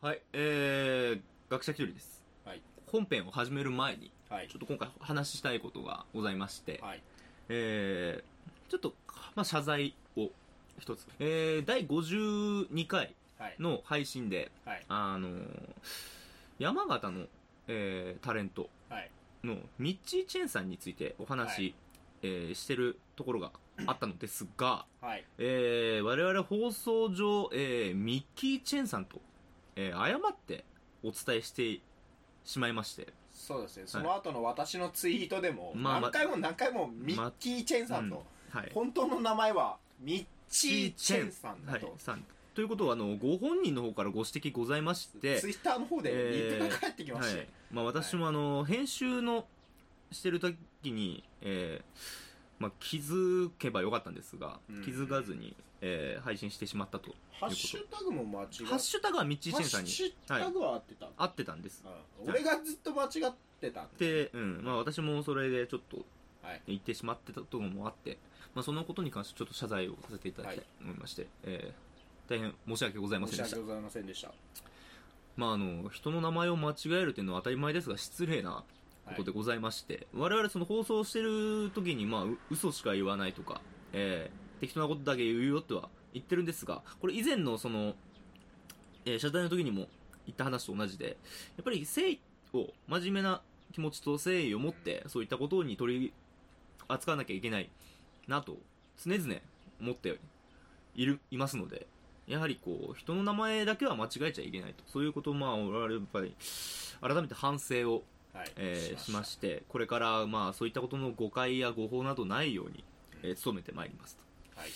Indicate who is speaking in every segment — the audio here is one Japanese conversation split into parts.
Speaker 1: はい、えー、学者気取りです。
Speaker 2: はい。
Speaker 1: 本編を始める前に、
Speaker 2: はい
Speaker 1: ちょっと今回話ししたいことがございまして、
Speaker 2: はい。
Speaker 1: えー、ちょっと、まあ、謝罪を一つ。えー、第52回
Speaker 2: はい。
Speaker 1: の配信で、
Speaker 2: はい。
Speaker 1: あのー、山形の、えー、タレント
Speaker 2: はい。
Speaker 1: のミッチー・チェンさんについてお話し、
Speaker 2: はい
Speaker 1: えーしてるところがあったのですが、
Speaker 2: はい。
Speaker 1: えー、我々放送上、えー、ミッキー・チェンさんと、えー、誤ってお伝えしてしまいまして、
Speaker 2: そうですね。その後の私のツイートでも、
Speaker 1: まあ
Speaker 2: 何回も何回もミッキー・チェンさん
Speaker 1: ま
Speaker 2: と、
Speaker 1: はい。
Speaker 2: 本当の名前はミッチー・チェンさんだ
Speaker 1: は
Speaker 2: と
Speaker 1: い、、さん。ということは、あの、ご本人の方からご指摘ございまして、
Speaker 2: ツイッターの方で
Speaker 1: えー
Speaker 2: 言ってが返ってきまし
Speaker 1: は
Speaker 2: て
Speaker 1: い、まあ、私もあの、編集のしてる時に、えーまあ、気づけばよかったんですが
Speaker 2: うん、
Speaker 1: 気づかずに、えー配信してしまったと。
Speaker 2: ハッシュタグも間違っ
Speaker 1: ハッシュタグはミッチーチェンさんに
Speaker 2: ハッシュタグは合ってた。
Speaker 1: 合ってたんです。
Speaker 2: うん俺がずっと間違ってた。
Speaker 1: で、うん、まあ私もそれでちょっと
Speaker 2: はい、
Speaker 1: 言ってしまってたところもあって、まあそのことに関してちょっと謝罪をさせていただきたいと思いまして、えー大変申し訳ございま
Speaker 2: 申
Speaker 1: せん
Speaker 2: し
Speaker 1: でし
Speaker 2: 訳
Speaker 1: た。
Speaker 2: ございませんでした。
Speaker 1: まああの、人の名前を間違えるというのは当たり前ですが、失礼なことでございまして、我々その放送してる時に、まあう嘘しか言わないとか、えー適当なことだけ言うよとは言ってるんですが、これ以前のその、えー謝罪の時にも言った話と同じで、やっぱり誠意を、真面目な気持ちと誠意を持って、そういったことに取り扱わなきゃいけないなと、常々思っている、いますので、やはりこう、人の名前だけは間違えちゃいけないと。そういうことを、まあ、我々やっぱり、改めて反省を、
Speaker 2: はい。
Speaker 1: えーしま
Speaker 2: し
Speaker 1: して、これから、まあ、そういったことの誤解や誤報などないように、えー努めてまいりますと。
Speaker 2: た。はい。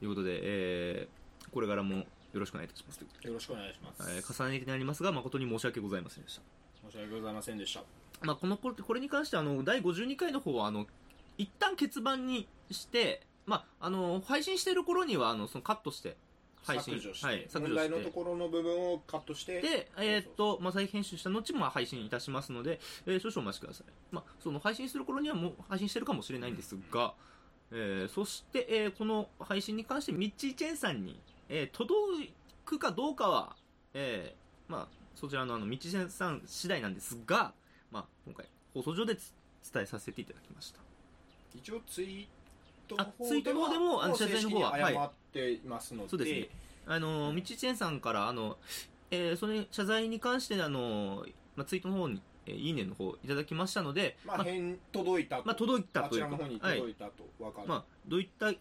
Speaker 1: ということで、えーこれからもよろしくお願いいたします。
Speaker 2: よろしくお願いします。
Speaker 1: え
Speaker 2: 申し
Speaker 1: ー重ねてになりますが、誠に申し訳ございませんでした。
Speaker 2: 訳ございませんでした。
Speaker 1: まあ、このこれこれに関してあの第52回の方はあの一旦欠番にして、まあ、あの配信してる頃にはあのそのカットして配信
Speaker 2: 削除して、
Speaker 1: はい、削
Speaker 2: 問
Speaker 1: 除
Speaker 2: 題
Speaker 1: し
Speaker 2: のと
Speaker 1: て
Speaker 2: ころの部分をカットして、
Speaker 1: で、えー
Speaker 2: そう
Speaker 1: っと、まあ、再編集した後もまあ配信いたしますので、えー少々お待ちください。まあ、その配信する頃にはもう配信してるかもしれないんですが、えーそして、えーこの配信に関して、ミッチーチェンさんに、えー届くかどうかは、えーまあ、そちらのあの、ミッチーチェンさん次第なんですが、まあ、今回、放送上でつ伝えさせていただきました。
Speaker 2: 一応ツイートの方では
Speaker 1: あツイートの方でもあの謝罪の方は
Speaker 2: 正式に謝っていますので、
Speaker 1: そうですねあの、みちちえんさんから、あの、えーそれ、謝罪に関して、あの、まあ、ツイートの方に、えーいいねの方いただきましたので、
Speaker 2: まあ、返届いたと、
Speaker 1: まあ届いた
Speaker 2: あ
Speaker 1: とい
Speaker 2: ち
Speaker 1: う
Speaker 2: ら
Speaker 1: か
Speaker 2: の方に届いたと分かる、
Speaker 1: まあ、どういった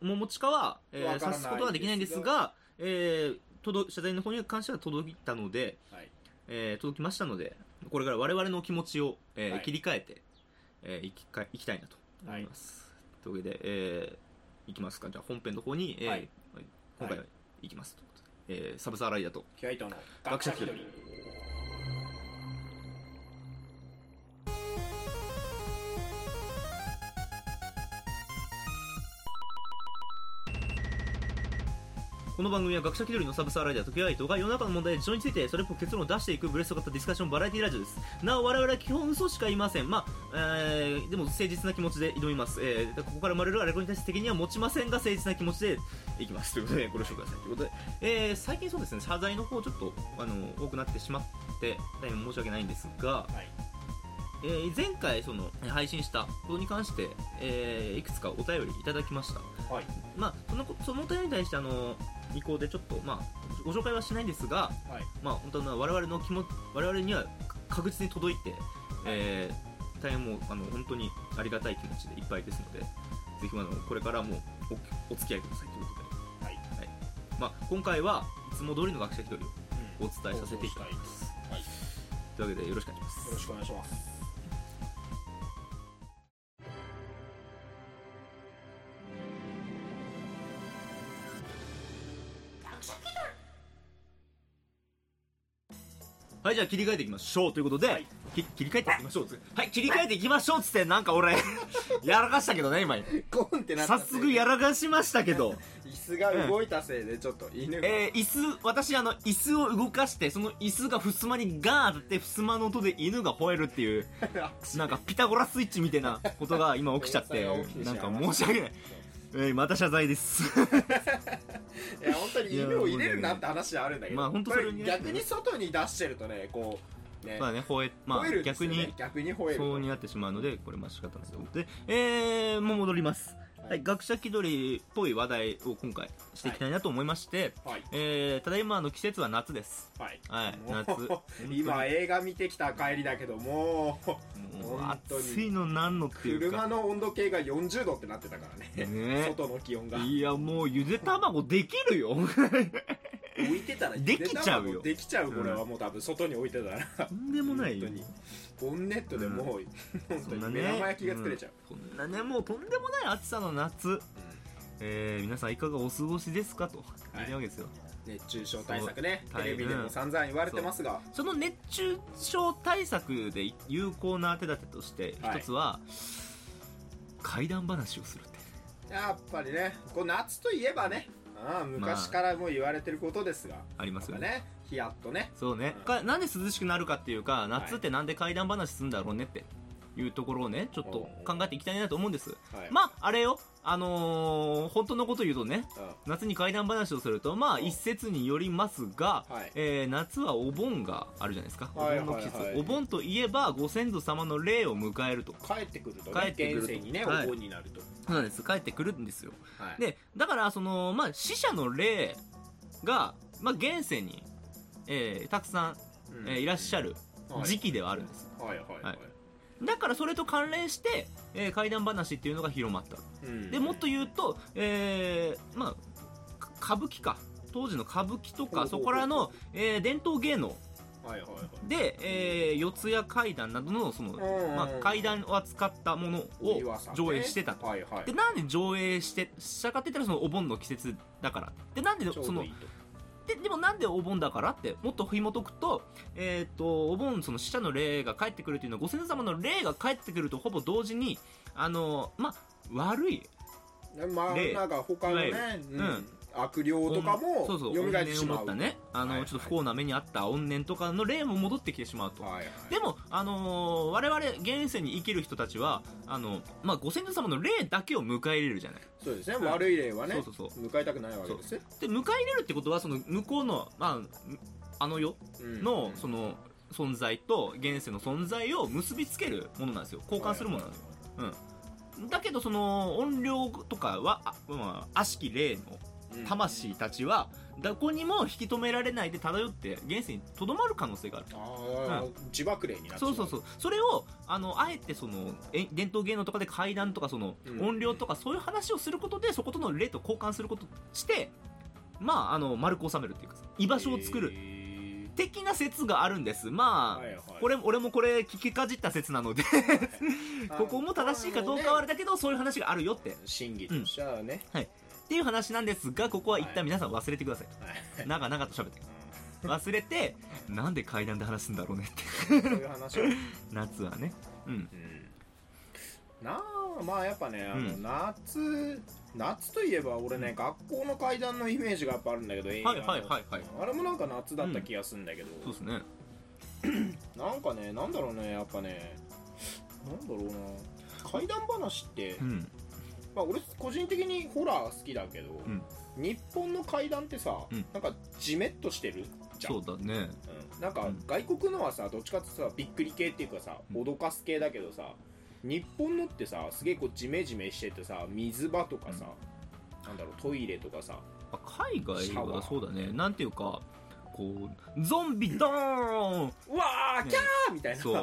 Speaker 1: 面持ちかは、えー
Speaker 2: わか
Speaker 1: 察
Speaker 2: らない
Speaker 1: すことはできないんですが、えー届謝罪の方に関しては届いたので、
Speaker 2: はい
Speaker 1: えー届きましたので、これから我々の気持ちを、えー
Speaker 2: はい
Speaker 1: 切り替えて、えーいきかいきたいなと思います。というわけで、えーいきますか。じゃあ本編の方に、えー
Speaker 2: はい
Speaker 1: 今回はいきますということで、えーサブサーライダーと、
Speaker 2: キュアイトの
Speaker 1: 学者気取
Speaker 2: 取
Speaker 1: り
Speaker 2: り
Speaker 1: この番組は学者気取りのサブサーライダー時は伊藤が世の中の問題や事情についてそれっぽく結論を出していくブレスト型ディスカッションバラエティラジオですなお我々は基本嘘しか言いませんまあ、えーでも誠実な気持ちで挑みます、えーここから生まれるアレコに対して責任は持ちませんが誠実な気持ちでいきますということでご了承くださいということで、えー最近そうですね謝罪の方ちょっとあの多くなってしまって大変申し訳ないんですが、
Speaker 2: はい
Speaker 1: えー前回その配信したことに関して、えーいくつかお便りいただきました
Speaker 2: はい
Speaker 1: まあ、そのこその点に対してあの意向でちょっと、まあ、ご紹介はしないんですが、
Speaker 2: はい
Speaker 1: まあ、本当の我々の気持ち我々にはか確実に届いて、えー大変もうあの本当にありがたい気持ちでいっぱいですのでぜひあのこれからもおお付き合いくださいということで、
Speaker 2: はい
Speaker 1: まあ、今回はいつも通りの学者一人をお伝えさせていただきます
Speaker 2: はいよ
Speaker 1: というわけでよろしくお願いします
Speaker 2: ろしくお願いします
Speaker 1: はいじゃあ切り替えていきましょうということで、
Speaker 2: はい
Speaker 1: き切り替えていきましょうはい切り替えていきましょうっつ ってなんか俺 やらかしたけどね今に
Speaker 2: ゴンってなった
Speaker 1: 早速やらかしましたけ ど、
Speaker 2: 椅子が動いたせいでちょっと犬が、
Speaker 1: えー、椅子、私あの、椅子を動かして、その椅子が襖にガーン当たって、襖の音で犬が吠えるって いう、なんかピタゴラスイッチみたいなこと が今起きちゃって
Speaker 2: 天才が起き、てし
Speaker 1: な
Speaker 2: ま
Speaker 1: ん
Speaker 2: いました
Speaker 1: か申し訳ない。えー、また謝罪です。
Speaker 2: いや本当に犬を入れるなって話はあるんだけど、
Speaker 1: まあ本当それ
Speaker 2: こ
Speaker 1: ね
Speaker 2: 逆に外に出してるとねこうね,、
Speaker 1: まあね、吠え、ま
Speaker 2: 吠える
Speaker 1: あ
Speaker 2: んです
Speaker 1: 逆
Speaker 2: よね
Speaker 1: に、
Speaker 2: 逆に吠える
Speaker 1: そうになってしまうので、これまあ仕方ないと思って。えー、もう戻ります。
Speaker 2: はい
Speaker 1: はい、学者気取りっぽい話題を今回していきたいなと思いまして、
Speaker 2: はい
Speaker 1: えー、ただいまあの季節は夏です。
Speaker 2: はい
Speaker 1: はい、
Speaker 2: もう
Speaker 1: 夏。本当に
Speaker 2: 今映画見てきた帰りだけどもう
Speaker 1: もう
Speaker 2: 本当に
Speaker 1: 暑いのなんのっていう
Speaker 2: 車
Speaker 1: か。
Speaker 2: の温度計が40度ってなってたからね
Speaker 1: ね
Speaker 2: 外の気温が
Speaker 1: いや、もうゆで卵できるよ。
Speaker 2: 浮いてたら
Speaker 1: できちゃうよ
Speaker 2: できちゃうこれはもう多分外に置いてたら
Speaker 1: とんでもないよ
Speaker 2: 本。当にボンネットでもう、本当に目玉焼きが作れちゃう、
Speaker 1: こんなね、もうとんでもない暑さの夏。えー、皆さんいかがお過ごしですかと。
Speaker 2: はい
Speaker 1: いるわけですよ。
Speaker 2: 熱中症対策ね
Speaker 1: そう
Speaker 2: テレビでも散々言われてますが
Speaker 1: その熱中症対策で有効な手立てとして、
Speaker 2: はい
Speaker 1: 一つは、怪談話をするって。
Speaker 2: やっぱりねこう夏といえばねああ昔からもう言われてることですが、
Speaker 1: あります
Speaker 2: や
Speaker 1: よ
Speaker 2: っぱ
Speaker 1: ね。
Speaker 2: ねヒヤッとね
Speaker 1: そうね
Speaker 2: うん。
Speaker 1: かなんで涼しくなるかっていうか、夏ってなんで怪談話するんだろうねっていうところをね、ちょっと考えていきたいなと思うんです。
Speaker 2: はい、
Speaker 1: まあ、あれよ。あのー本当のこと言うとね、
Speaker 2: う
Speaker 1: 夏に怪談話をすると、まあ、
Speaker 2: うん
Speaker 1: 一説によりますが、
Speaker 2: はい
Speaker 1: えー夏はお盆があるじゃないですか。お
Speaker 2: はい
Speaker 1: 盆の季節。
Speaker 2: はいはい
Speaker 1: お盆といえば、ご先祖様の霊を迎えると。
Speaker 2: ん、帰ってくると
Speaker 1: 帰
Speaker 2: ね
Speaker 1: ってくると
Speaker 2: 現世にねお
Speaker 1: はい
Speaker 2: 盆になると、
Speaker 1: そうなんです。帰ってくるんですよ。
Speaker 2: はい
Speaker 1: で、だから、その、まあ、死者の霊が、まあ、現世に、えーたくさん、
Speaker 2: うん
Speaker 1: えーいらっしゃる
Speaker 2: はい
Speaker 1: 時期ではあるんです。
Speaker 2: はいはいはい、
Speaker 1: はいだから、それと関連して、えー怪談話っていうのが広まった。
Speaker 2: うん
Speaker 1: で、もっと言うと、えーまあ、か歌舞伎か。当時の歌舞伎と
Speaker 2: ほうほうほ
Speaker 1: か、
Speaker 2: う
Speaker 1: そこらの、えー伝統芸能
Speaker 2: はいはいはい
Speaker 1: で、えー四谷怪談などの、その、
Speaker 2: うん
Speaker 1: まあ、怪談を扱ったもの
Speaker 2: お
Speaker 1: を
Speaker 2: 岩さんね
Speaker 1: 上映してたと。
Speaker 2: はいはい
Speaker 1: で、なんで上映して、したかって言ったらそのお盆の季節だから。で、なんで
Speaker 2: ちょう
Speaker 1: そ
Speaker 2: ど
Speaker 1: の
Speaker 2: いい、と
Speaker 1: で、でもなんでお盆だからって、もっと紐解くと、えっ、と、お盆、その死者の霊が帰ってくるというのは、ご先祖様の霊が帰ってくるとほぼ同時に、あの、ま、悪い、
Speaker 2: でまあ
Speaker 1: で
Speaker 2: なんか他のね
Speaker 1: いわ、
Speaker 2: うん
Speaker 1: うん
Speaker 2: 悪霊とかも
Speaker 1: そうそう、
Speaker 2: 蘇って
Speaker 1: 怨念
Speaker 2: し
Speaker 1: を
Speaker 2: ま
Speaker 1: 持
Speaker 2: う
Speaker 1: ったね、あの、
Speaker 2: はいはい
Speaker 1: ちょっと不幸な目にあった怨念とかの霊も戻ってきてしまうと。
Speaker 2: はいはい
Speaker 1: でも、あのー我々、現世に生きる人たちは、あの、まあ、ご先祖様の霊だけを迎え入れるじゃない。
Speaker 2: そうですね、
Speaker 1: うん
Speaker 2: 悪い霊はね
Speaker 1: そうそうそう。
Speaker 2: 迎えたくないわけですよ
Speaker 1: で、迎え入れるってことは、その、向こうの、まあ、あの世
Speaker 2: うん
Speaker 1: の、その、存在と、現世の存在を結びつけるものなんですよ。交換するものなんですよ。だけど、その、音量とかは、あまあ、悪しき霊の
Speaker 2: うん
Speaker 1: 魂たちは、どこにも引き止められないで漂って、現世に留まる可能性がある。
Speaker 2: ああ、自爆霊になっちゃ
Speaker 1: そうそうそう。それを、あの、あえてその、え伝統芸能とかで階段とかその
Speaker 2: う、ん
Speaker 1: 音量とかそういう話をすることで、そことの例と交換することして、まあ、あの、丸く収めるっていうか、居場所を作る。
Speaker 2: へ
Speaker 1: 的な説があるんです。
Speaker 2: ー
Speaker 1: まあ、
Speaker 2: はいはい
Speaker 1: これ、俺もこれ聞きかじった説なので、
Speaker 2: あ の
Speaker 1: ここも正しいかどうかはあ
Speaker 2: あ
Speaker 1: れ
Speaker 2: のね
Speaker 1: だけど、そういう話があるよって。っ
Speaker 2: 審議としてはね、
Speaker 1: ていう話なんですが、ここは一旦皆さん忘れてください。
Speaker 2: はい
Speaker 1: 長々と喋って。忘れて、なんで階段で話すんだろうねって。
Speaker 2: うんそういう話は、
Speaker 1: 夏はね。うん。
Speaker 2: うんなあまあやっぱねあの
Speaker 1: うん
Speaker 2: 夏夏といえば俺ね、学校の階段のイメージがやっぱあるんだけど、映画
Speaker 1: はい
Speaker 2: の
Speaker 1: はいはいはい。
Speaker 2: あれもなんか夏だった気がするんだけど、
Speaker 1: そうですね。
Speaker 2: なんかね、なんだろうね、やっぱね、なんだろうな、怪談話って
Speaker 1: う、ん。
Speaker 2: まあ、俺、個人的にホラー好きだけど、
Speaker 1: ん
Speaker 2: 日本の怪談ってさ、
Speaker 1: うん
Speaker 2: なんかじめっとしてるじゃん。
Speaker 1: そうだね。
Speaker 2: うんなんか
Speaker 1: うん
Speaker 2: 外国のはさ、どっちかっていうとさ、びっくり系っていうかさ、
Speaker 1: うん
Speaker 2: 脅かす系だけどさ、日本のってさ、すげえこう、じめじめしててさ、水場とかさ、なんだろう、トイレとかさ、
Speaker 1: あ海
Speaker 2: シ
Speaker 1: 外
Speaker 2: ャワ
Speaker 1: は
Speaker 2: ー
Speaker 1: そうだねなんていうかこうゾンビドーン
Speaker 2: うわー、
Speaker 1: ね
Speaker 2: キャーみたいな。
Speaker 1: そ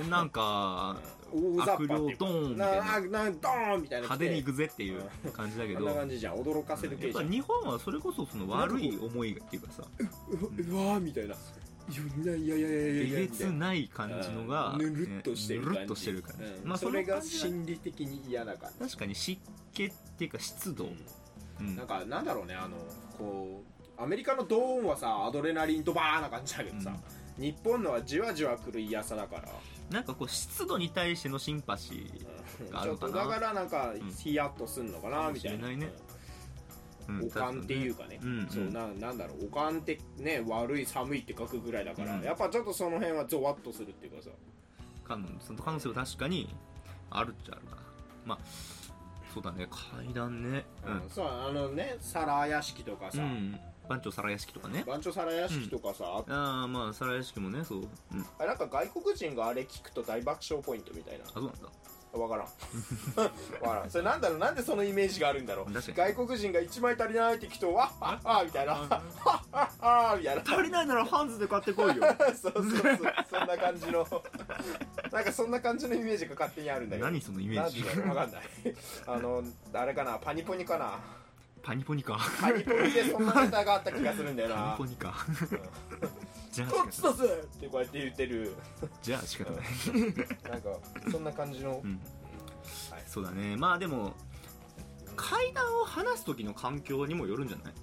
Speaker 1: うなんか
Speaker 2: うん、大雑
Speaker 1: 悪
Speaker 2: 把
Speaker 1: 霊
Speaker 2: っていうか
Speaker 1: ドーンみたい
Speaker 2: な
Speaker 1: な
Speaker 2: ななドーンみたいな来て
Speaker 1: 派手に行くぜっていう感じだけ
Speaker 2: あ
Speaker 1: ど
Speaker 2: ん
Speaker 1: や
Speaker 2: な
Speaker 1: っ
Speaker 2: 感じじゃん驚かせる系じ
Speaker 1: ぱ
Speaker 2: ゃん
Speaker 1: 日本はそれこそその悪い思いっていうかさ
Speaker 2: ううわーみたいないやいやいやいやいや
Speaker 1: え
Speaker 2: いや
Speaker 1: げ
Speaker 2: み
Speaker 1: つ
Speaker 2: たいな
Speaker 1: ない感じのが
Speaker 2: ぬるっとしてる
Speaker 1: ね
Speaker 2: 感
Speaker 1: ぬ
Speaker 2: じ
Speaker 1: るっとしてる感じ
Speaker 2: うん
Speaker 1: まあ
Speaker 2: そ
Speaker 1: そ
Speaker 2: れ
Speaker 1: れ
Speaker 2: が
Speaker 1: が確
Speaker 2: 心理的に嫌だから
Speaker 1: かに湿気っていうか湿度うん
Speaker 2: なんかなんだろうねあのこうアメリカのドーンはさアドレナリンドバーな感じだけどさ、日本のはじわじわくる嫌さだから、
Speaker 1: なんかこう湿度に対してのシンパシー
Speaker 2: うん
Speaker 1: があ
Speaker 2: ちょ
Speaker 1: る
Speaker 2: っ
Speaker 1: か
Speaker 2: と
Speaker 1: な
Speaker 2: だからなんか
Speaker 1: ん
Speaker 2: ヒヤッとすんのかなみたい
Speaker 1: かもしれ
Speaker 2: な
Speaker 1: ないね
Speaker 2: うん
Speaker 1: うん
Speaker 2: おかんっていうかね、
Speaker 1: うんうん
Speaker 2: そうななんだろうおかんってね悪い寒いって書くぐらいだから、
Speaker 1: うん
Speaker 2: やっぱちょっとその辺はゾワッとするっていうかさ
Speaker 1: 可能その可能性は確かにあるっちゃあるかなまあそうだね階段ね
Speaker 2: うん、そうあのね皿屋敷とか
Speaker 1: う
Speaker 2: さ、
Speaker 1: ん、うん、番長皿屋敷とかね
Speaker 2: 番長皿屋敷とかさ、
Speaker 1: ああまあ皿屋敷もねそう、うん、あ
Speaker 2: あなんか外国人があれ聞くと大爆笑ポイントみたいな
Speaker 1: そうなんだ
Speaker 2: わからん わからんそれなんだろうなんでそのイメージがあるんだろう
Speaker 1: 確か
Speaker 2: 外国人が1枚足りないって聞くとわっはっはみたいなはっはっはみたいな
Speaker 1: 足りないならハンズで買って こいよ
Speaker 2: そうそうそうそんな感じのなんかそんな感じのイメージが勝手にあるんだけど
Speaker 1: 何そのイメージ
Speaker 2: なんでだろうわかんないあのあれかなパニポニかな
Speaker 1: パニポニか
Speaker 2: パニポニでそんなネタがあった気がするんだよ
Speaker 1: パ
Speaker 2: な
Speaker 1: ニポニか じゃあ
Speaker 2: こっ
Speaker 1: 仕方
Speaker 2: ちだぜってこうやって言ってる
Speaker 1: じゃあ仕方ない、
Speaker 2: なんかそんな感じの
Speaker 1: うん
Speaker 2: はい
Speaker 1: そうだねまあでも階段を話す時の環境にもよるんじゃない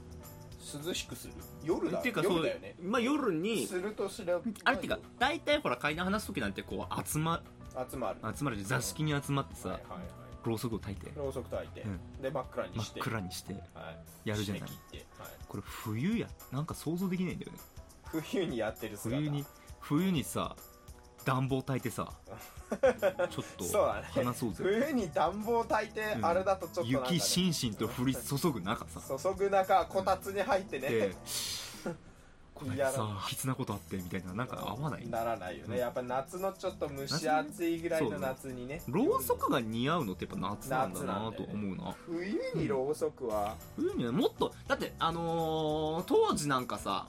Speaker 2: 涼しくする夜だ
Speaker 1: っていうか
Speaker 2: 夜
Speaker 1: そう
Speaker 2: だよね
Speaker 1: まあ、夜に
Speaker 2: するとすれば
Speaker 1: あれっていうか大体ほら階段話す時なんてこう集ま
Speaker 2: 集まる
Speaker 1: 集まるじゃん座敷に集まってさ、
Speaker 2: はいはいはい
Speaker 1: ろうそくを焚いて
Speaker 2: ろうそく焚いて、
Speaker 1: うん
Speaker 2: で真っ暗に
Speaker 1: 真
Speaker 2: し
Speaker 1: って暗にして
Speaker 2: はい
Speaker 1: やるじゃない
Speaker 2: 締め切って、はい
Speaker 1: これ冬やなんか想像できないんだよね
Speaker 2: 冬にやってる姿
Speaker 1: 冬に冬にさ暖房焚いてさ ちょっと
Speaker 2: そうだね
Speaker 1: 話そうぜ
Speaker 2: 冬に暖房焚いて、
Speaker 1: うん
Speaker 2: あれだとちょっとなんか、ね、
Speaker 1: 雪しんしんと降り注ぐ中さ
Speaker 2: 注ぐ中こたつに入ってね
Speaker 1: でこないださきつなことあってみたいななんか合わない
Speaker 2: ならないよね、
Speaker 1: うん
Speaker 2: やっぱ夏のちょっと蒸し暑いぐらいの夏にね
Speaker 1: ろうそくが似合うのってやっぱ夏なんだなと思うな
Speaker 2: 冬にろうそくは、
Speaker 1: 冬にはもっとだってあのー当時なんかさ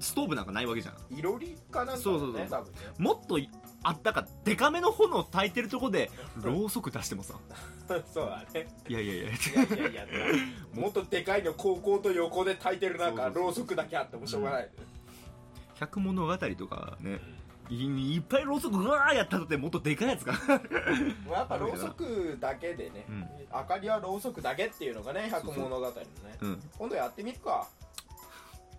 Speaker 1: ストーブなんかないわけじゃん
Speaker 2: うん、いろりかなんかだね
Speaker 1: そうそうそう
Speaker 2: 多分ね
Speaker 1: もっとあったかデカめの炎焚いてるとこでろうそく出してもさ
Speaker 2: そうだね
Speaker 1: いやいやいや
Speaker 2: いや いやいやもっとでかいの高校と横で焚いてるなんか
Speaker 1: そうそうそう
Speaker 2: ろうそくだけあってもしょうがない、
Speaker 1: 百物語とかねいいっぱいろうそくうわーやったとってもっとでかいや つが
Speaker 2: もうやっぱろうそくだけでね、
Speaker 1: うん
Speaker 2: 明かりはろうそくだけっていうのがね百物語のね
Speaker 1: うん
Speaker 2: 今度やってみるか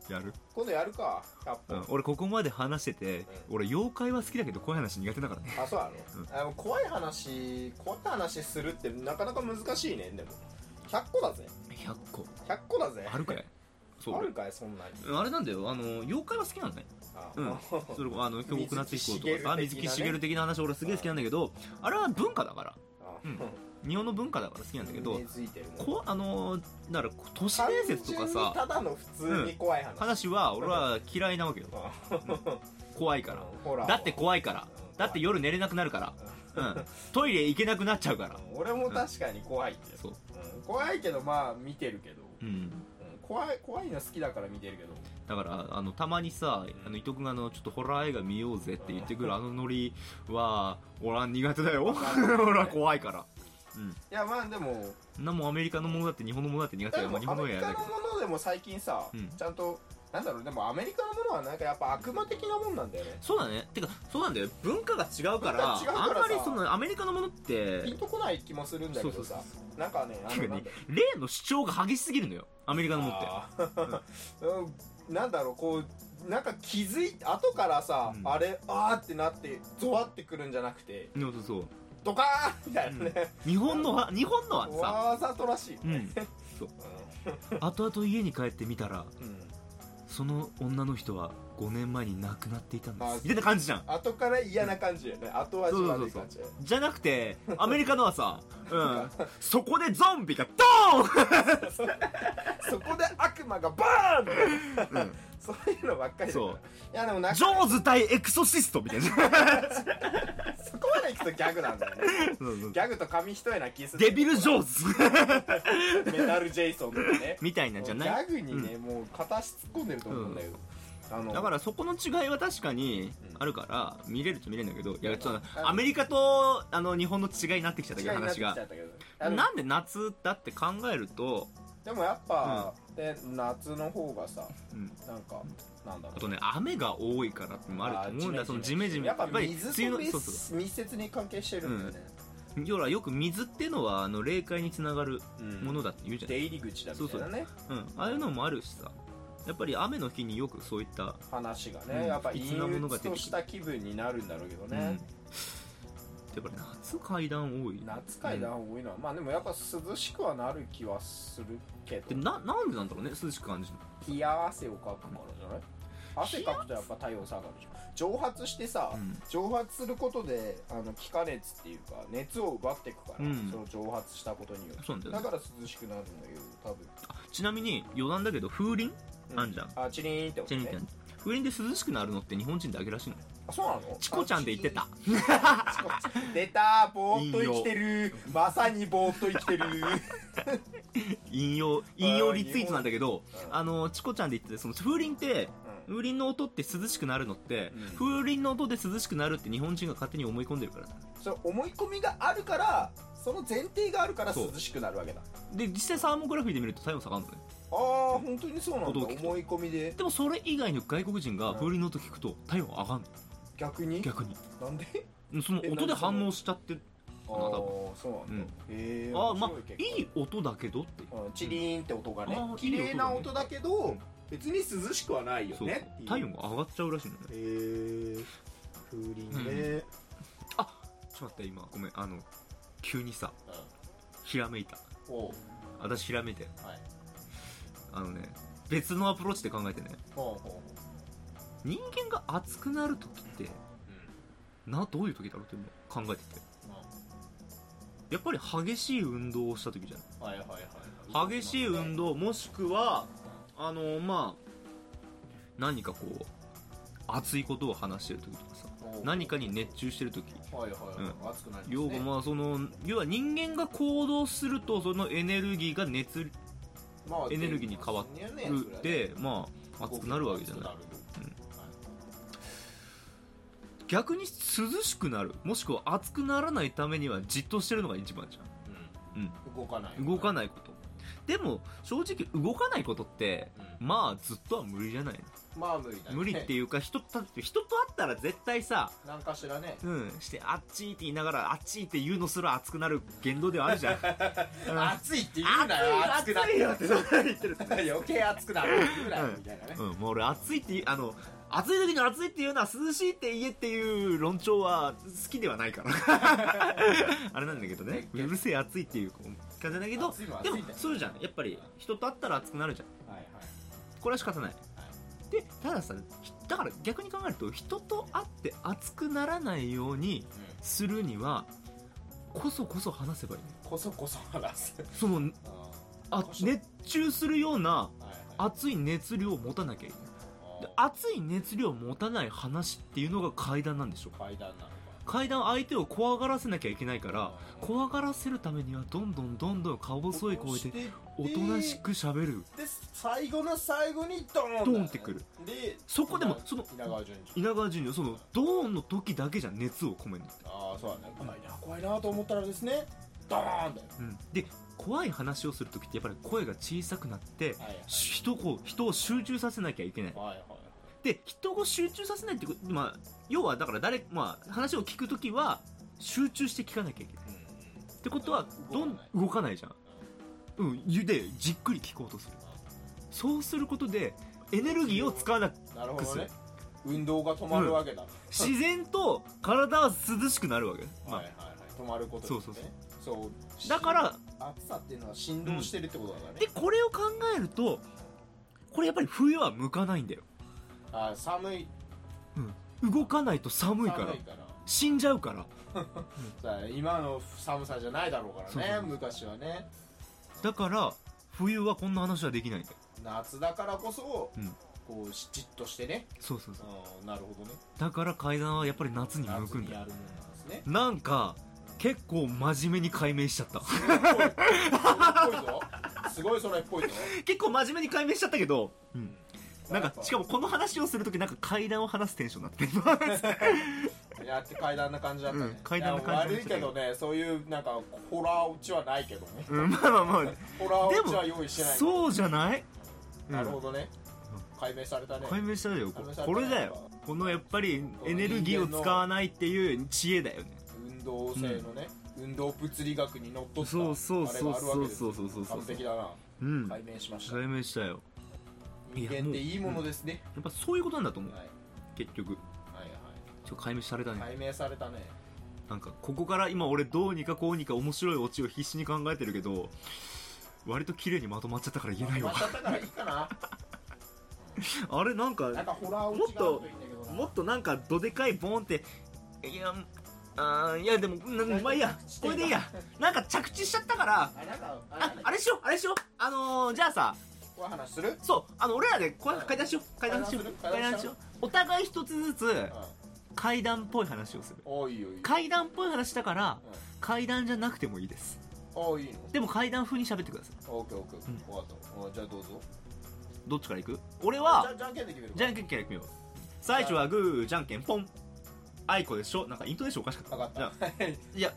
Speaker 1: やる、
Speaker 2: 今度やるか100
Speaker 1: う
Speaker 2: 本、
Speaker 1: ん、俺ここまで話してて俺妖怪は好きだけどこういう話苦手だからね
Speaker 2: あそうや
Speaker 1: うん
Speaker 2: ろ、あの怖い話怖い話するってなかなか難しいねでも100個だぜ
Speaker 1: 100個
Speaker 2: 100個だぜ
Speaker 1: あるかいそう
Speaker 2: あ
Speaker 1: 俺
Speaker 2: るかいそんなに
Speaker 1: あれなんだよあの妖怪は好きなんだよ
Speaker 2: あ
Speaker 1: うん
Speaker 2: あ
Speaker 1: それあの京極夏彦とかさ水
Speaker 2: 水木し
Speaker 1: 木し
Speaker 2: げる的なね
Speaker 1: げる的な話俺すげえ好きなんだけどあれは文化だから
Speaker 2: あ
Speaker 1: うん日本の文化だから好きなんだけど
Speaker 2: 根付いてるね
Speaker 1: こあのーだから都市伝説とか
Speaker 2: 単純
Speaker 1: さ
Speaker 2: にただの普通に怖い話、
Speaker 1: 話は俺は嫌いなわけよ
Speaker 2: あ
Speaker 1: 怖いから
Speaker 2: ホラーは
Speaker 1: だって怖いから
Speaker 2: うん
Speaker 1: だって夜寝れなくなるからうんトイレ行けなくなっちゃうから
Speaker 2: うん俺も確かに怖いって、
Speaker 1: そう
Speaker 2: うん怖いけどまあ見てるけど、
Speaker 1: うん
Speaker 2: うん怖い怖いの好きだから見てるけど
Speaker 1: だからあのたまにさあの伊藤君があのちょっとホラー映画見ようぜって言ってくるあのノリは俺は苦手だよ 俺は怖いから
Speaker 2: いやまあでも
Speaker 1: そんなもんアメリカのものだって日本のものだって苦手
Speaker 2: で
Speaker 1: だよま
Speaker 2: も
Speaker 1: あ日本
Speaker 2: ア
Speaker 1: の
Speaker 2: メ
Speaker 1: 映
Speaker 2: リ
Speaker 1: 画
Speaker 2: カ
Speaker 1: だ
Speaker 2: の
Speaker 1: け
Speaker 2: も
Speaker 1: ど
Speaker 2: のでも最近さ、
Speaker 1: うん
Speaker 2: ちゃんとなんだろうでもアメリカのものはなんかやっぱ悪魔的なもんなんだよね
Speaker 1: そうだねてかそうなんだよ文化が違うから
Speaker 2: 文化違うから
Speaker 1: あん
Speaker 2: さ
Speaker 1: まりそのアメリカのものって
Speaker 2: ピンとこない気もするんだけどさ
Speaker 1: そう
Speaker 2: なんかねあ
Speaker 1: て
Speaker 2: の
Speaker 1: か
Speaker 2: なん
Speaker 1: ね
Speaker 2: だろう
Speaker 1: 例の主張が激しすぎるのよアメリカのものって
Speaker 2: あーうんなんだろうこうなんか気づい後からさ、
Speaker 1: うん
Speaker 2: あれあーってなってゾワってくるんじゃなくて
Speaker 1: そうそうそう
Speaker 2: ドカーンみたいなね、
Speaker 1: 日本のは日本のはさ
Speaker 2: わざとらしいよ
Speaker 1: う
Speaker 2: ね、
Speaker 1: ん後々家に帰ってみたら
Speaker 2: うんうん
Speaker 1: その女の人は5年前に亡くなっていたんで
Speaker 2: あ
Speaker 1: すみたいな感じじゃん
Speaker 2: 後から嫌な感じよね後味悪い感じ
Speaker 1: じゃなく てアメリカのはさ、うん、そこでゾンビがド
Speaker 2: そこで悪魔がバーン
Speaker 1: ーン、
Speaker 2: そういうのばっかりだから
Speaker 1: そ
Speaker 2: いうやでもなんか
Speaker 1: ジョーズ対エクソシスト みたいな
Speaker 2: そこまでいくとギャグなんだよねギャグと紙一重な気する
Speaker 1: デビル・ジョーズ
Speaker 2: メタル・ジェイソンとかね
Speaker 1: みたい
Speaker 2: ギ
Speaker 1: なんじゃない
Speaker 2: ャグにね、もう片足突っ込んでると思うんだけど、あの
Speaker 1: だからそこの違いは確かに
Speaker 2: うん
Speaker 1: あるから見れると見れるんだけどいやちょっ
Speaker 2: あ
Speaker 1: と
Speaker 2: の
Speaker 1: アメリカとあの日本の違いになってきちゃった
Speaker 2: 違い
Speaker 1: け
Speaker 2: に
Speaker 1: ど
Speaker 2: なってき
Speaker 1: 話
Speaker 2: ちゃっ
Speaker 1: が
Speaker 2: たけどあの
Speaker 1: なんで夏だって考えると、
Speaker 2: でもやっぱ、で夏の方がさ
Speaker 1: うん、
Speaker 2: なんかなんだろう
Speaker 1: あとね雨が多いからってのもあると思うんだよそのジメジメ
Speaker 2: やっぱ
Speaker 1: り
Speaker 2: 水と
Speaker 1: のそうそう
Speaker 2: 密密接に関係してるんだよね、
Speaker 1: 要はよく水ってのはあの霊界につながる
Speaker 2: うん
Speaker 1: ものだって言うじゃん、
Speaker 2: 出入り口だみたいなね
Speaker 1: うん、ああいうのもあるしさやっぱり雨の日によくそういった、
Speaker 2: 話がね、
Speaker 1: うん
Speaker 2: やっぱ
Speaker 1: い
Speaker 2: 陰
Speaker 1: つのものが
Speaker 2: 鬱
Speaker 1: 出てくる
Speaker 2: とした気分になるんだろうけど
Speaker 1: うん、や
Speaker 2: ね、
Speaker 1: っぱり夏階段多い
Speaker 2: 夏階段多いのは、まあでもやっぱ涼しくはなる気はするけ
Speaker 1: で
Speaker 2: ど
Speaker 1: ななんでなんだろうね涼しく感じる
Speaker 2: 冷や汗をかくからじゃない汗かくとやっぱ体温下がるじゃん蒸発してさ、
Speaker 1: うん
Speaker 2: 蒸発することであの気化熱っていうか熱を奪っていくから、
Speaker 1: うん
Speaker 2: その蒸発したことによって
Speaker 1: そうなんだよ
Speaker 2: だ
Speaker 1: ね
Speaker 2: から涼しくなるんだけど多分、
Speaker 1: ちなみに余談だけど風鈴
Speaker 2: う
Speaker 1: あんじゃん
Speaker 2: あチリーンって音
Speaker 1: ちなみに
Speaker 2: ね
Speaker 1: 風鈴で涼しくなるのって日本人だけらしいの
Speaker 2: あそうなの
Speaker 1: チコちゃんって言ってた
Speaker 2: あチコチコ出たーぼーっと生きてるまさにぼーっと生きてる
Speaker 1: 引用引用リツイートなんだけど
Speaker 2: うん
Speaker 1: あのチコちゃんで言ってたその風鈴って
Speaker 2: うん
Speaker 1: 風鈴の音って涼しくなるのって、
Speaker 2: うん
Speaker 1: 風鈴の音で涼しくなるって日本人が勝手に思い込んでるからな
Speaker 2: それ思い込みがあるからその前提があるから
Speaker 1: そう
Speaker 2: 涼しくなるわけだ
Speaker 1: で実際サーモグラフィーで見ると体温下がるのね
Speaker 2: ああ本当にそうなんだ
Speaker 1: 驚きと
Speaker 2: 思い込みで
Speaker 1: でもそれ以外の外国人が風鈴の音聞くと体温上がんの
Speaker 2: 逆に
Speaker 1: 逆に
Speaker 2: なんで
Speaker 1: その音で反応しちゃって
Speaker 2: ああ
Speaker 1: なんだ
Speaker 2: そうなんだ、
Speaker 1: うん
Speaker 2: へえ
Speaker 1: ああまあ
Speaker 2: 面白結
Speaker 1: いい音だけどっていう
Speaker 2: 果うんチリーンって音がね
Speaker 1: あー
Speaker 2: 綺麗な音だけど
Speaker 1: いい音だね
Speaker 2: 別に涼しくはないよ
Speaker 1: そう
Speaker 2: ねっていう
Speaker 1: 体温が上がっちゃうらしいのね
Speaker 2: へえ風鈴で、
Speaker 1: ちょっと待って今ごめんあの急にさ
Speaker 2: うん
Speaker 1: ひらめいた
Speaker 2: おう
Speaker 1: 私ひらめいて
Speaker 2: はい
Speaker 1: あのね別のアプローチで考えてね
Speaker 2: ほうほうほ
Speaker 1: 人間が熱くなる時って
Speaker 2: ううん
Speaker 1: などういう時だろうっていうのを考えてて
Speaker 2: う
Speaker 1: やっぱり激しい運動をした時じゃない
Speaker 2: んはいはいはいはい
Speaker 1: 激しい運動もしくはあのまあ何かこう熱いことを話してる時とかさ
Speaker 2: おう
Speaker 1: 何かに熱中してる時
Speaker 2: はいはいはい、熱くなりますね
Speaker 1: 要はまあその要は人間が行動するとそのエネルギーが熱る
Speaker 2: まあ
Speaker 1: エネルギーに変わってでまあ熱くなるわけじゃない逆に涼しくなるもしくは熱くならないためにはじっとしてるのが一番じゃん
Speaker 2: うん、動かない
Speaker 1: 動か
Speaker 2: い、
Speaker 1: ないことでも正直動かないことって
Speaker 2: うん
Speaker 1: まあずっとは無理じゃない
Speaker 2: まあ無理だ、ね、
Speaker 1: 無理っていうか人と人と会ったら絶対さ
Speaker 2: 何かしらね
Speaker 1: うんしてあっちいって言いながらあっちいって言うのすら熱くなる言動ではあるじゃんうん
Speaker 2: 熱いって言うなよ
Speaker 1: 熱い
Speaker 2: くな
Speaker 1: 熱いよってそんな言ってる
Speaker 2: 余計熱くなるって言うなよ
Speaker 1: うん
Speaker 2: みたいなね
Speaker 1: う、んもう俺暑いって言うあの暑い時に暑いっていうのは涼しいって言えっていう論調は好きではないから あれなんだけどねうるせえ暑いっていう感じだけど
Speaker 2: 暑いのは暑
Speaker 1: で
Speaker 2: いん
Speaker 1: も
Speaker 2: だよ
Speaker 1: そうじゃんやっぱり人と会ったら暑くなるじゃん
Speaker 2: はいはい
Speaker 1: これは仕方ないでたださひだから逆に考えると人と会って暑くならないように
Speaker 2: う
Speaker 1: するにはこそこそ話せばいいね
Speaker 2: んこそこそ話す
Speaker 1: その
Speaker 2: あ
Speaker 1: あ
Speaker 2: こそ
Speaker 1: 熱中するような
Speaker 2: ーはいはい
Speaker 1: 熱い熱量を持たなきゃいけないで
Speaker 2: あ
Speaker 1: 熱い熱量を持たない話っていうのが階段なんでしょう
Speaker 2: ー階段なのか
Speaker 1: 階段相手を怖がらせなきゃいけないから
Speaker 2: うん
Speaker 1: 怖がらせるためにはどんどんどんどんか細い声でおとなしく喋る
Speaker 2: で最後の最後にドーンだよね
Speaker 1: ドーンってくる
Speaker 2: で
Speaker 1: そこでも
Speaker 2: 稲
Speaker 1: その
Speaker 2: 稲川淳二
Speaker 1: 稲川淳二はそのドーンの時だけじゃ熱を込めるの、
Speaker 2: ああそうだね怖いな怖いなと思ったらですねドーンだよ
Speaker 1: うん、で怖い話をする時ってやっぱり声が小さくなって
Speaker 2: はいはい
Speaker 1: し人を人を集中させなきゃいけない
Speaker 2: はいはい
Speaker 1: で人を集中させないってこと、まあ、要はだから誰、まあ、話を聞く時は集中して聞かなきゃいけない
Speaker 2: うん
Speaker 1: ってことはどん動かないじゃんうんゆでじっくり聞こうとするそうすることでエネルギーを使わなく
Speaker 2: うんなるほどね運動が止まるわけだ、
Speaker 1: 自然と体は涼しくなるわけ、ま
Speaker 2: はいはいはい止まることですね
Speaker 1: そうそう
Speaker 2: そう
Speaker 1: あ、だから
Speaker 2: 暑さっていうのは振動してるってことだからね
Speaker 1: で、これを考えるとこれやっぱり冬は向かないんだよ
Speaker 2: あー寒い
Speaker 1: 動かないと寒いから
Speaker 2: 寒いから
Speaker 1: 死んじゃうから
Speaker 2: さあ今の寒さじゃないだろうからね
Speaker 1: そうそう
Speaker 2: 昔はね
Speaker 1: だから冬はこんな話はできないんだよ
Speaker 2: 夏だからこそ、
Speaker 1: うん
Speaker 2: こうしじっとしてね
Speaker 1: そうそうそう
Speaker 2: うんなるほどね
Speaker 1: だから階段はやっぱり夏に向
Speaker 2: 夏
Speaker 1: くん
Speaker 2: に
Speaker 1: だよ
Speaker 2: やるもんなんですね
Speaker 1: なんか結構真面目に解明しちゃった
Speaker 2: すごいそれっぽいぞ。
Speaker 1: 結構真面目に解明しちゃったけど、うん、なんか、しか
Speaker 2: も。
Speaker 1: もこの話をするときなんか階段を話すテンションにな ってる。
Speaker 2: いやって階段な感じだったね。
Speaker 1: うん階段な感じ
Speaker 2: いや悪いけどね、そういうなんかホラーオチはないけどね。
Speaker 1: うん、まあまあま
Speaker 2: ホラーオチは用意して
Speaker 1: あ、
Speaker 2: ない。
Speaker 1: そうじゃない、
Speaker 2: うなるほどね
Speaker 1: う。
Speaker 2: 解明されたね。
Speaker 1: 解明したよ。こ
Speaker 2: 解明された
Speaker 1: これだよ。このやっぱりエネルギーを使わないっていう知恵だよね。
Speaker 2: 運動性のね、運動物理学にのっとった。
Speaker 1: そうそう
Speaker 2: あれが
Speaker 1: そう
Speaker 2: あるわ
Speaker 1: そ
Speaker 2: け
Speaker 1: う
Speaker 2: です
Speaker 1: そうそうそうそう
Speaker 2: 完璧だな。
Speaker 1: うん。
Speaker 2: 解明しました。
Speaker 1: 解明したよ。い
Speaker 2: 人
Speaker 1: や
Speaker 2: 間っていいものですね。
Speaker 1: やっぱそういうことなんだと思
Speaker 2: は
Speaker 1: う
Speaker 2: い。。は
Speaker 1: 結局。ちょっ
Speaker 2: い
Speaker 1: と解明された
Speaker 2: はい。
Speaker 1: ね。
Speaker 2: 解明されたね。
Speaker 1: なんか、ここから今俺どうにかこうにか面白いオチを必死に考えてるけど、割と綺麗にまとまっちゃったから言えない
Speaker 2: ま
Speaker 1: わ
Speaker 2: っ。ちゃったからいいかな。
Speaker 1: あれなん
Speaker 2: なん
Speaker 1: か
Speaker 2: かホラー落ちがあるといいんだけどな
Speaker 1: もっとなんかどでかいボンっていやあーいやでもなまあいいやこれでいいやなんか着地しちゃったから
Speaker 2: あなんかあ
Speaker 1: ああれしようあれしようあのー、じゃあさ
Speaker 2: こういう話する
Speaker 1: そうあの俺らでこう階段しよう階段しよう
Speaker 2: 階段する
Speaker 1: 階段しようお互い一つずつ
Speaker 2: うん
Speaker 1: 階段っぽい話をする
Speaker 2: おいいよいいよ
Speaker 1: 階段っぽい話だから
Speaker 2: うん
Speaker 1: 階段じゃなくてもいいです
Speaker 2: ああいいの
Speaker 1: でも階段風に喋ってください
Speaker 2: オッケーオッケ
Speaker 1: うん
Speaker 2: ー分かったおじゃあどうぞ
Speaker 1: どっちから行く俺
Speaker 2: じ
Speaker 1: は
Speaker 2: ゃじゃんけんで決める
Speaker 1: じゃんけ
Speaker 2: け
Speaker 1: んから行くよ最初はグーじゃんけんポンあいこでしょなんかイントネーションおかしかった
Speaker 2: 分かった
Speaker 1: じゃあいや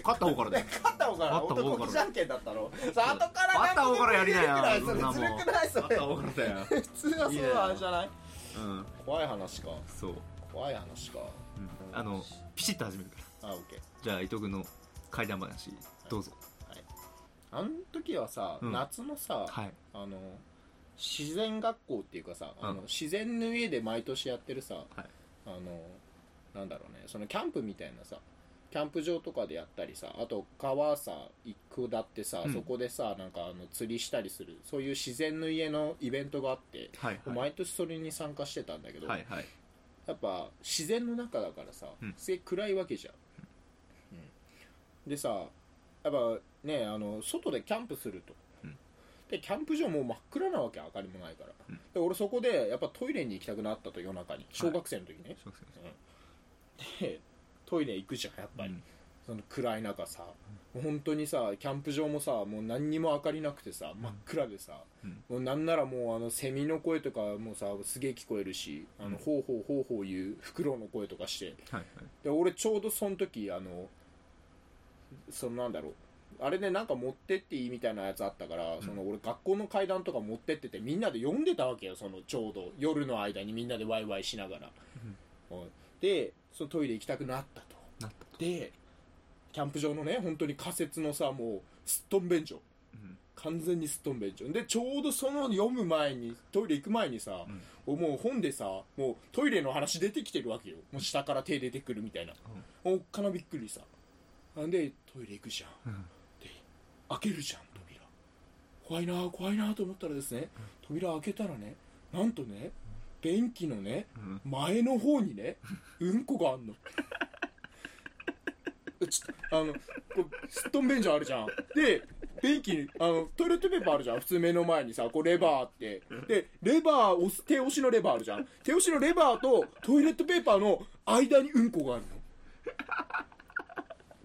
Speaker 1: 勝った方からだよ
Speaker 2: 勝った方から
Speaker 1: 勝った方から
Speaker 2: 男気じゃんけんだっ たろさあ後から
Speaker 1: 勝った方からやりなよ
Speaker 2: ずるくないそれずるくないそ
Speaker 1: 勝
Speaker 2: れ
Speaker 1: った方からだよ
Speaker 2: 普通はそうなんじゃない
Speaker 1: うん
Speaker 2: 怖い話か
Speaker 1: そう、
Speaker 2: 怖い話か
Speaker 1: うんあのピシッと始めるから
Speaker 2: あオッケー
Speaker 1: じゃあ伊藤君の怪談話どうぞ
Speaker 2: あの時はさ
Speaker 1: うん
Speaker 2: 夏のさ
Speaker 1: はい
Speaker 2: あの自然学校っていうかさ、あ
Speaker 1: う
Speaker 2: の
Speaker 1: ん
Speaker 2: 自然の家で毎年やってるさ、
Speaker 1: はい
Speaker 2: あのなんだろうねそのキャンプみたいなさキャンプ場とかでやったりさあと川さ行くだってさ、
Speaker 1: うん
Speaker 2: そこでさなんかあの釣りしたりするそういう自然の家のイベントがあって、
Speaker 1: はいはい
Speaker 2: 毎年それに参加してたんだけど、
Speaker 1: はいはい
Speaker 2: やっぱ自然の中だからさ、
Speaker 1: うん
Speaker 2: すげえ暗いわけじゃん、うんでさやっぱねあの外でキャンプすると、
Speaker 1: うん
Speaker 2: でキャンプ場もう真っ暗なわけ明かりもないから、
Speaker 1: うん
Speaker 2: で俺そこでやっぱトイレに行きたくなったと夜中に小学生の時ね、
Speaker 1: 小学生の
Speaker 2: でトイレ行くじゃんやっぱり、
Speaker 1: うん
Speaker 2: その暗い中さもう本当にさキャンプ場もさもう何にも明かりなくてさ真っ暗でさ、
Speaker 1: うん
Speaker 2: もうなんならもうあのセミの声とかもさすげえ聞こえるしあ
Speaker 1: うん
Speaker 2: のほうほうほうほういうフクロウの声とかして
Speaker 1: 時はい
Speaker 2: で俺ちょうどその時あのそのなんだろうあれでなんか持ってっていいみたいなやつあったから、
Speaker 1: ん
Speaker 2: その俺学校の階段とか持ってっててみんなで読んでたわけよそのちょうど夜の間にみんなでワイワイしながら、うんでそのトイレ行きたくなったと
Speaker 1: なったと
Speaker 2: でキャンプ場のね本当に仮設のさもうすっとん便所
Speaker 1: うん
Speaker 2: 完全にすっとんべんじゃんでちょうどその読む前にトイレ行く前にさ、もう本でさもうトイレの話出てきてるわけよもう下から手出てくるみたいな、おっかなびっくりさなんでトイレ行くじゃん
Speaker 1: うん
Speaker 2: で開けるじゃん扉怖いなあ怖いなあと思ったらですね扉開けたらねなんとね便器のね
Speaker 1: うん
Speaker 2: 前の方にねうんこがあんのちょっとあのこうすっとん便所あるじゃんで便器にあのトイレットペーパーあるじゃん普通目の前にさこうレバーあってでレバー押す手押しのレバーあるじゃん手押しのレバーとトイレットペーパーの間にうんこがある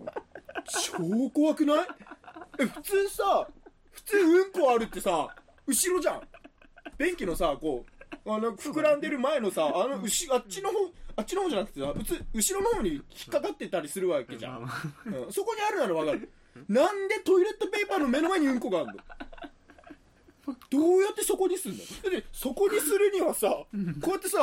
Speaker 2: の超怖くないえ普通さ普通うんこあるってさ後ろじゃん便器のさこうあの膨らんでる前のさあのうしあっちの方あっちの方じゃなくてさ普通後ろの方に引っかかってたりするわけじゃん、うん、そこにあるならわかるなんでトイレットペーパーの目の前にうんこがあるのどうやってそこにすんのだってそこにするにはさこうやってさ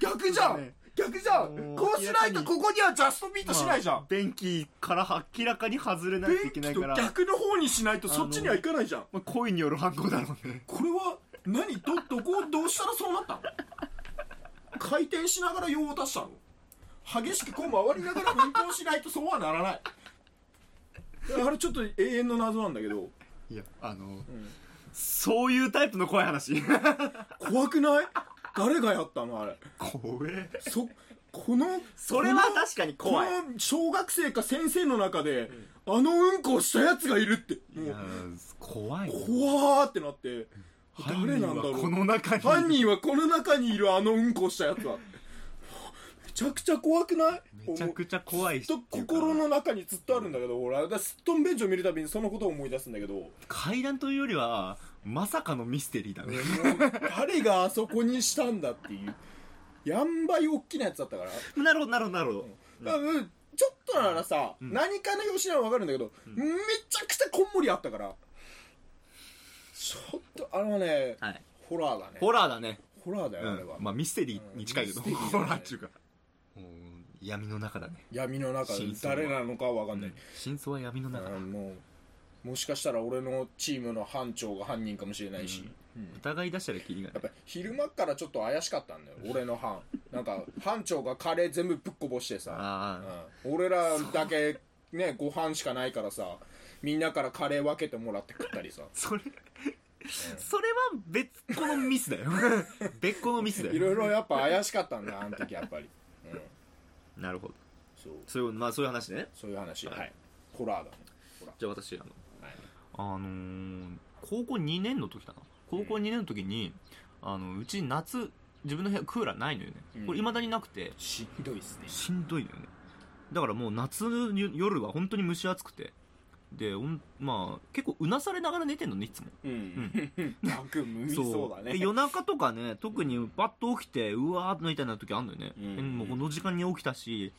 Speaker 2: 逆じゃ
Speaker 1: そうんね
Speaker 2: 逆じゃん
Speaker 1: もう
Speaker 2: こうしない
Speaker 1: 明らか
Speaker 2: と
Speaker 1: に
Speaker 2: ここにはジャストビートしないじゃん、
Speaker 1: 便器から明らかに外れないといけないから
Speaker 2: 便器と逆の方にしないと
Speaker 1: あの
Speaker 2: そっちには行かないじゃん
Speaker 1: まあ、恋による犯行だろう ね
Speaker 2: これは何どどこをどうしたらそうなったの回転しながら用を出したの激しくこう回りながら運行しないとそうはならないあれちょっと永遠の謎なんだけど
Speaker 1: いやあの、そういうタイプの怖い 話
Speaker 2: 怖くない誰がやったのあれ
Speaker 1: 怖え
Speaker 2: そこの
Speaker 1: それは確かに怖い
Speaker 2: この小学生か先生の中で、あのうんこをしたやつがいるって
Speaker 1: いや
Speaker 2: も
Speaker 1: 怖いう
Speaker 2: 怖ーってなって
Speaker 1: 犯
Speaker 2: 誰
Speaker 1: 人
Speaker 2: なん
Speaker 1: は
Speaker 2: だろう
Speaker 1: この中に
Speaker 2: 犯人はこの中にいるあのうんこしたやつはめちゃくちゃ怖くない
Speaker 1: めちゃくちゃ怖い
Speaker 2: ずっと心の中にずっとあるんだけど俺あれだすっとん便所見るたびにそのことを思い出すんだけども
Speaker 1: 階段というよりはまさかのミステリーだ
Speaker 2: う
Speaker 1: ね
Speaker 2: 誰があそこにしたんだっていうやんばい大きなやつだったから
Speaker 1: なるほどなるほどなるほど
Speaker 2: だからうんちょっとならさ、
Speaker 1: ん
Speaker 2: 何かの表紙ならわかるんだけど、めちゃくちゃこんもりあったからちょっとあのね
Speaker 1: はい
Speaker 2: ホラーだね
Speaker 1: ホラーだね
Speaker 2: ホラーだ
Speaker 1: う
Speaker 2: よあれは、
Speaker 1: んまあミステリーに近いけど
Speaker 2: うんミステリー
Speaker 1: ホ
Speaker 2: だね
Speaker 1: ラーっていうかうん闇の中だね
Speaker 2: 闇の中で誰なのかはわかんない、
Speaker 1: 真相は闇の中だ
Speaker 2: あもうもしかしたら俺のチームの班長が犯人かもしれないし、うん
Speaker 1: 疑い出したらキリがな
Speaker 2: や
Speaker 1: い
Speaker 2: っぱ昼間っからちょっと怪しかったんだよ俺の班なんか班長がカレー全部ぶっこぼしてさ、
Speaker 1: あ
Speaker 2: うん俺らだけねご飯しかないからさみんなからカレー分けてもらって食ったりさ
Speaker 1: それそれは別個のミスだよ。 別個のミスだ
Speaker 2: いろ
Speaker 1: よ。
Speaker 2: いろやっぱ怪しかったんだあの時やっぱり、うん、
Speaker 1: なるほど。
Speaker 2: そう
Speaker 1: そういう、まあそういう話ね。
Speaker 2: そういう話
Speaker 1: はい
Speaker 2: はいホラーだね
Speaker 1: じゃあ私、あの、
Speaker 2: はい
Speaker 1: あのー高校2年の時だな。高校2年の時に、あの、うち夏、自分の部屋クーラーないのよ
Speaker 2: う
Speaker 1: ね。
Speaker 2: ん
Speaker 1: これ未だになくて、
Speaker 2: しんどいっすね
Speaker 1: しんどいのよね。だからもう夏の夜は本当に蒸し暑くて。で、おんまあ、結構うなされながら寝てんのね、いつも。
Speaker 2: うん楽無理そうだね
Speaker 1: で夜中とかね、特にパッと起きて、うわーみたいな時あるのよね。
Speaker 2: うん
Speaker 1: でもうこの時間に起きたし、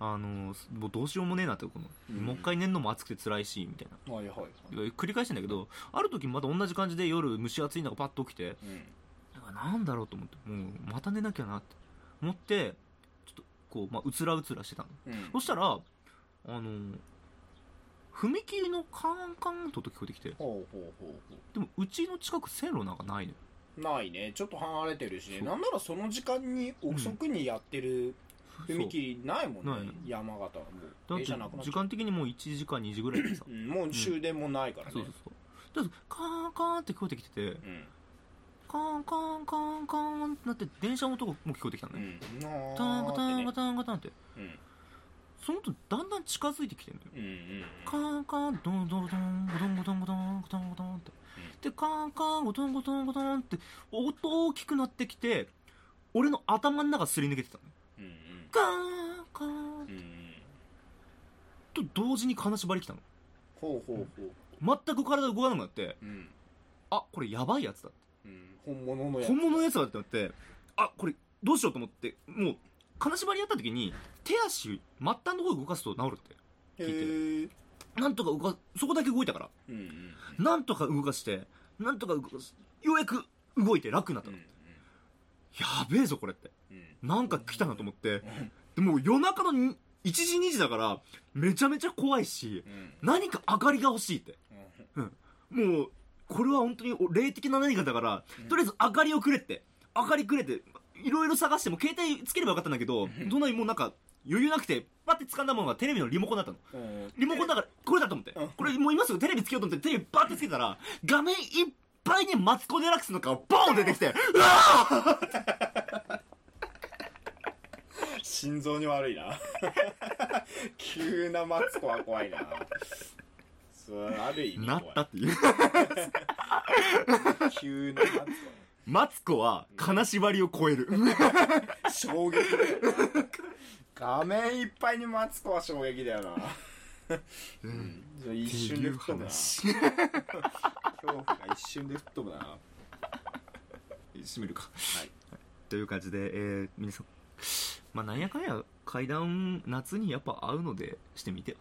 Speaker 1: あの、もうどうしようもねえなって、この、
Speaker 2: うん
Speaker 1: もう一回寝るのも暑くて辛いし、みたいな。
Speaker 2: はいはいはい
Speaker 1: 繰り返してんだけど、ある時また同じ感じで夜蒸し暑い中パッと起きて、
Speaker 2: うん
Speaker 1: なんかなんだろうと思って、もうまた寝なきゃなって思って、ちょっとこう、まあ、うつらうつらしてたの。
Speaker 2: うん
Speaker 1: そしたら、あの、踏切のカンカンと音聞こえてきて、
Speaker 2: ほうほうほうほ
Speaker 1: でもうちの近く線路なんかないのよ。
Speaker 2: うないねちょっと離れてるしね
Speaker 1: そう
Speaker 2: なんならその時間に遅くにやってる踏
Speaker 1: そう
Speaker 2: 切ないもんね
Speaker 1: ない
Speaker 2: 山形はも
Speaker 1: だっ
Speaker 2: う電
Speaker 1: て
Speaker 2: 車なくなっち
Speaker 1: 時
Speaker 2: ゃう
Speaker 1: 間的にもう1時か2時ぐらいでさ、
Speaker 2: うんもう終電もないから
Speaker 1: そう
Speaker 2: ね
Speaker 1: そうそう。だからカーンカーンって聞こえてきてて、
Speaker 2: うん
Speaker 1: カーンカーンカーンカーンってなって電車の音も聞こえてきたの
Speaker 2: う
Speaker 1: ね。
Speaker 2: んなーってね
Speaker 1: タンガタンガタンガタンって。
Speaker 2: うん
Speaker 1: その音だんだん近づいてきてるのよ。
Speaker 2: うんうん
Speaker 1: カーンカーン、ドンドンドン、ゴトンゴトンゴトン、ゴトンゴトンって。で、カーンカーン、ゴトンゴトンゴトンって、音大きくなってきて、俺の頭の中すり抜けてたの。
Speaker 2: うん
Speaker 1: カーンカーン
Speaker 2: うんうん
Speaker 1: と同時に金縛り来たの。
Speaker 2: ほうほうほう
Speaker 1: 全く体動かなくなって、
Speaker 2: うん
Speaker 1: あ、これやばいやつだって。
Speaker 2: うん本物のやつ
Speaker 1: 本物のやつだってなって、あ、これどうしようと思って、もう、金縛りやった時に、手足、末端の方動かすと治るって。
Speaker 2: へ
Speaker 1: 聞いて
Speaker 2: ー
Speaker 1: なんとか動か、そこだけ動いたから。
Speaker 2: うんうん
Speaker 1: なんとか動かして、なんとか動かし、ようやく動いて楽になった
Speaker 2: うん
Speaker 1: の。やべえぞ、これって。
Speaker 2: うんうん
Speaker 1: なんか来たなと思って。
Speaker 2: ん
Speaker 1: でも夜中のに1時2時だから、めちゃめちゃ怖いし、
Speaker 2: うん
Speaker 1: 何か明かりが欲しいって。もう、これは本当にお霊的な何かだから
Speaker 2: う、ん
Speaker 1: とりあえず明かりをくれって。明かりくれって。いろいろ探しても携帯つければよかったんだけど、どんなにもうなんか余裕なくて、パって掴んだものがテレビのリモコンだったの。
Speaker 2: うん
Speaker 1: リモコンだから、これだと思って
Speaker 2: うん。
Speaker 1: これもう今すぐテレビつけようと思って、テレビバーってつけたら、画面いっぱいにマツコ・デラックスの顔ボーン出てきて、うわ
Speaker 2: 心臓に悪いな 急なマツコは怖いなそうある意味
Speaker 1: な
Speaker 2: 怖い
Speaker 1: ったっていう。
Speaker 2: 急なマツ
Speaker 1: マツコは、金縛りを超える。
Speaker 2: コ衝撃だよな画面いっぱいにマツコは衝撃だよな
Speaker 1: うん。
Speaker 2: それ一瞬で吹っ飛ぶな恐怖が一瞬で吹っ飛ぶなは
Speaker 1: 閉めるか。
Speaker 2: い
Speaker 1: という感じで、えー、皆さん、まあ、なんやかんや、階段、夏にやっぱ合うので、してみては。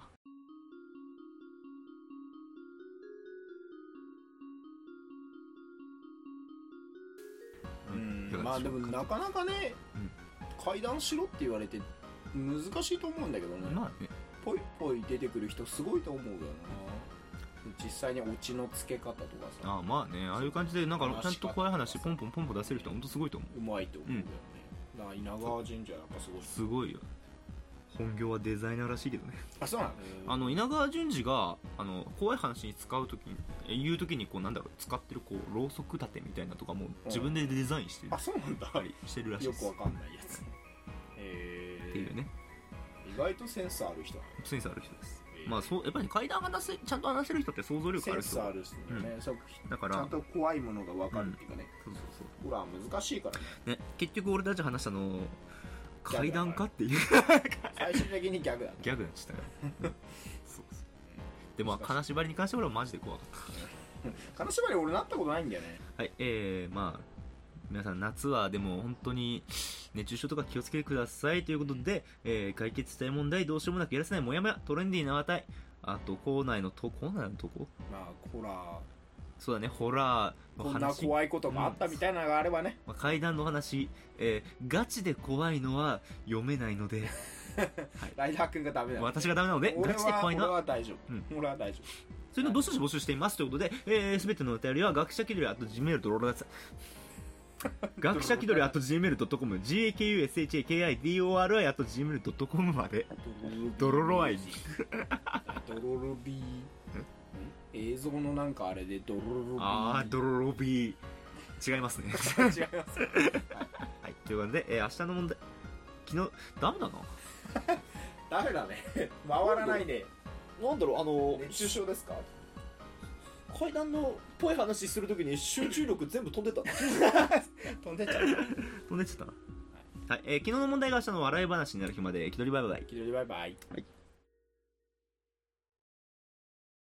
Speaker 2: うん
Speaker 1: いかがでしょうか
Speaker 2: まあでもなかなかね
Speaker 1: うん
Speaker 2: 階段しろって言われて難しいと思うんだけどね
Speaker 1: まあね、
Speaker 2: ぽいぽい出てくる人すごいと思うよな実際にオチのつけ方とかさ
Speaker 1: ああまあね、ああいう感じで、なんか、ちゃんと怖い話、ポンポンポンポン出せる人は本当すごいと思う。
Speaker 2: うまいと思うんだよね、だから稲川神社やっぱすごい
Speaker 1: すごいよ。本業はデザイナーらしいけどね。
Speaker 2: あそうな
Speaker 1: あの稲川淳二があの怖い話に使う時にえ言う時にこうなんだろう使ってるこうろうそく立てみたいなとかも自分でデザインしてる
Speaker 2: あそうなんだ
Speaker 1: たりしてるらしい
Speaker 2: よ
Speaker 1: です
Speaker 2: くわかんないやつえ
Speaker 1: っていう
Speaker 2: ー、
Speaker 1: ね
Speaker 2: 意外とセンスある人なの
Speaker 1: センスある人です
Speaker 2: えー
Speaker 1: まあそうやっぱり階段が出せちゃんと話せる人って想像力
Speaker 2: セ
Speaker 1: ある
Speaker 2: ン
Speaker 1: 人
Speaker 2: スあ
Speaker 1: だ
Speaker 2: る人だよね、そう
Speaker 1: か
Speaker 2: ちゃ
Speaker 1: ら
Speaker 2: んと怖いものがわかるっていうかね、
Speaker 1: そうそうそ
Speaker 2: ほら難しいからね
Speaker 1: うね結局俺たち話したの階段かっていう
Speaker 2: 最終的にギャグだね
Speaker 1: ギャグでした ようんそうそうでも金縛りに関しては俺はマジで怖かった
Speaker 2: 金縛り俺なったことないんだよね
Speaker 1: はい、えー、まあ、皆さん夏はでも本当に熱中症とか気をつけてくださいということで、えー解決したい問題どうしようもなくやらせないもやもや、トレンディーな値、あと校内のと、校内のとこ
Speaker 2: まあほら
Speaker 1: そうだね、ホラーの
Speaker 2: こんな
Speaker 1: 話、
Speaker 2: 怖いことがあったみたいなのがあればね、
Speaker 1: まあ、階段の話、えーガチで怖いのは読めないの で、
Speaker 2: ライダー君がダメだよ
Speaker 1: 私がダメなので、
Speaker 2: 俺
Speaker 1: ガチで
Speaker 2: は
Speaker 1: 怖い
Speaker 2: 俺
Speaker 1: のは、
Speaker 2: は大丈夫、
Speaker 1: うん
Speaker 2: 俺は大丈
Speaker 1: そういうのどしどし募集していますということで、えー、すべてのお便りは学者気取り、あと Gmail ド ロロだ学者気取り、あと Gmail.com、gakushakidori、あと Gmail.com まで。
Speaker 2: 夫
Speaker 1: ドロロアイ
Speaker 2: ドロロビー映像のなんかあれでドロロロビー
Speaker 1: あー、ドロロビー。違 いますね。
Speaker 2: 違います
Speaker 1: はい、ということで、えー明日の問題、昨日、ダメだな。
Speaker 2: ダメだね回らないね
Speaker 3: なんだろうあの
Speaker 2: 熱中症ですか
Speaker 3: 階段のぽい話するときに集中力全部飛んでた
Speaker 2: 飛んでっちゃう
Speaker 1: 飛んでっちゃったな。はい、えー昨日の問題が明日の笑い話になる日まで、気取りバイバイ。
Speaker 2: 気取りバイバイ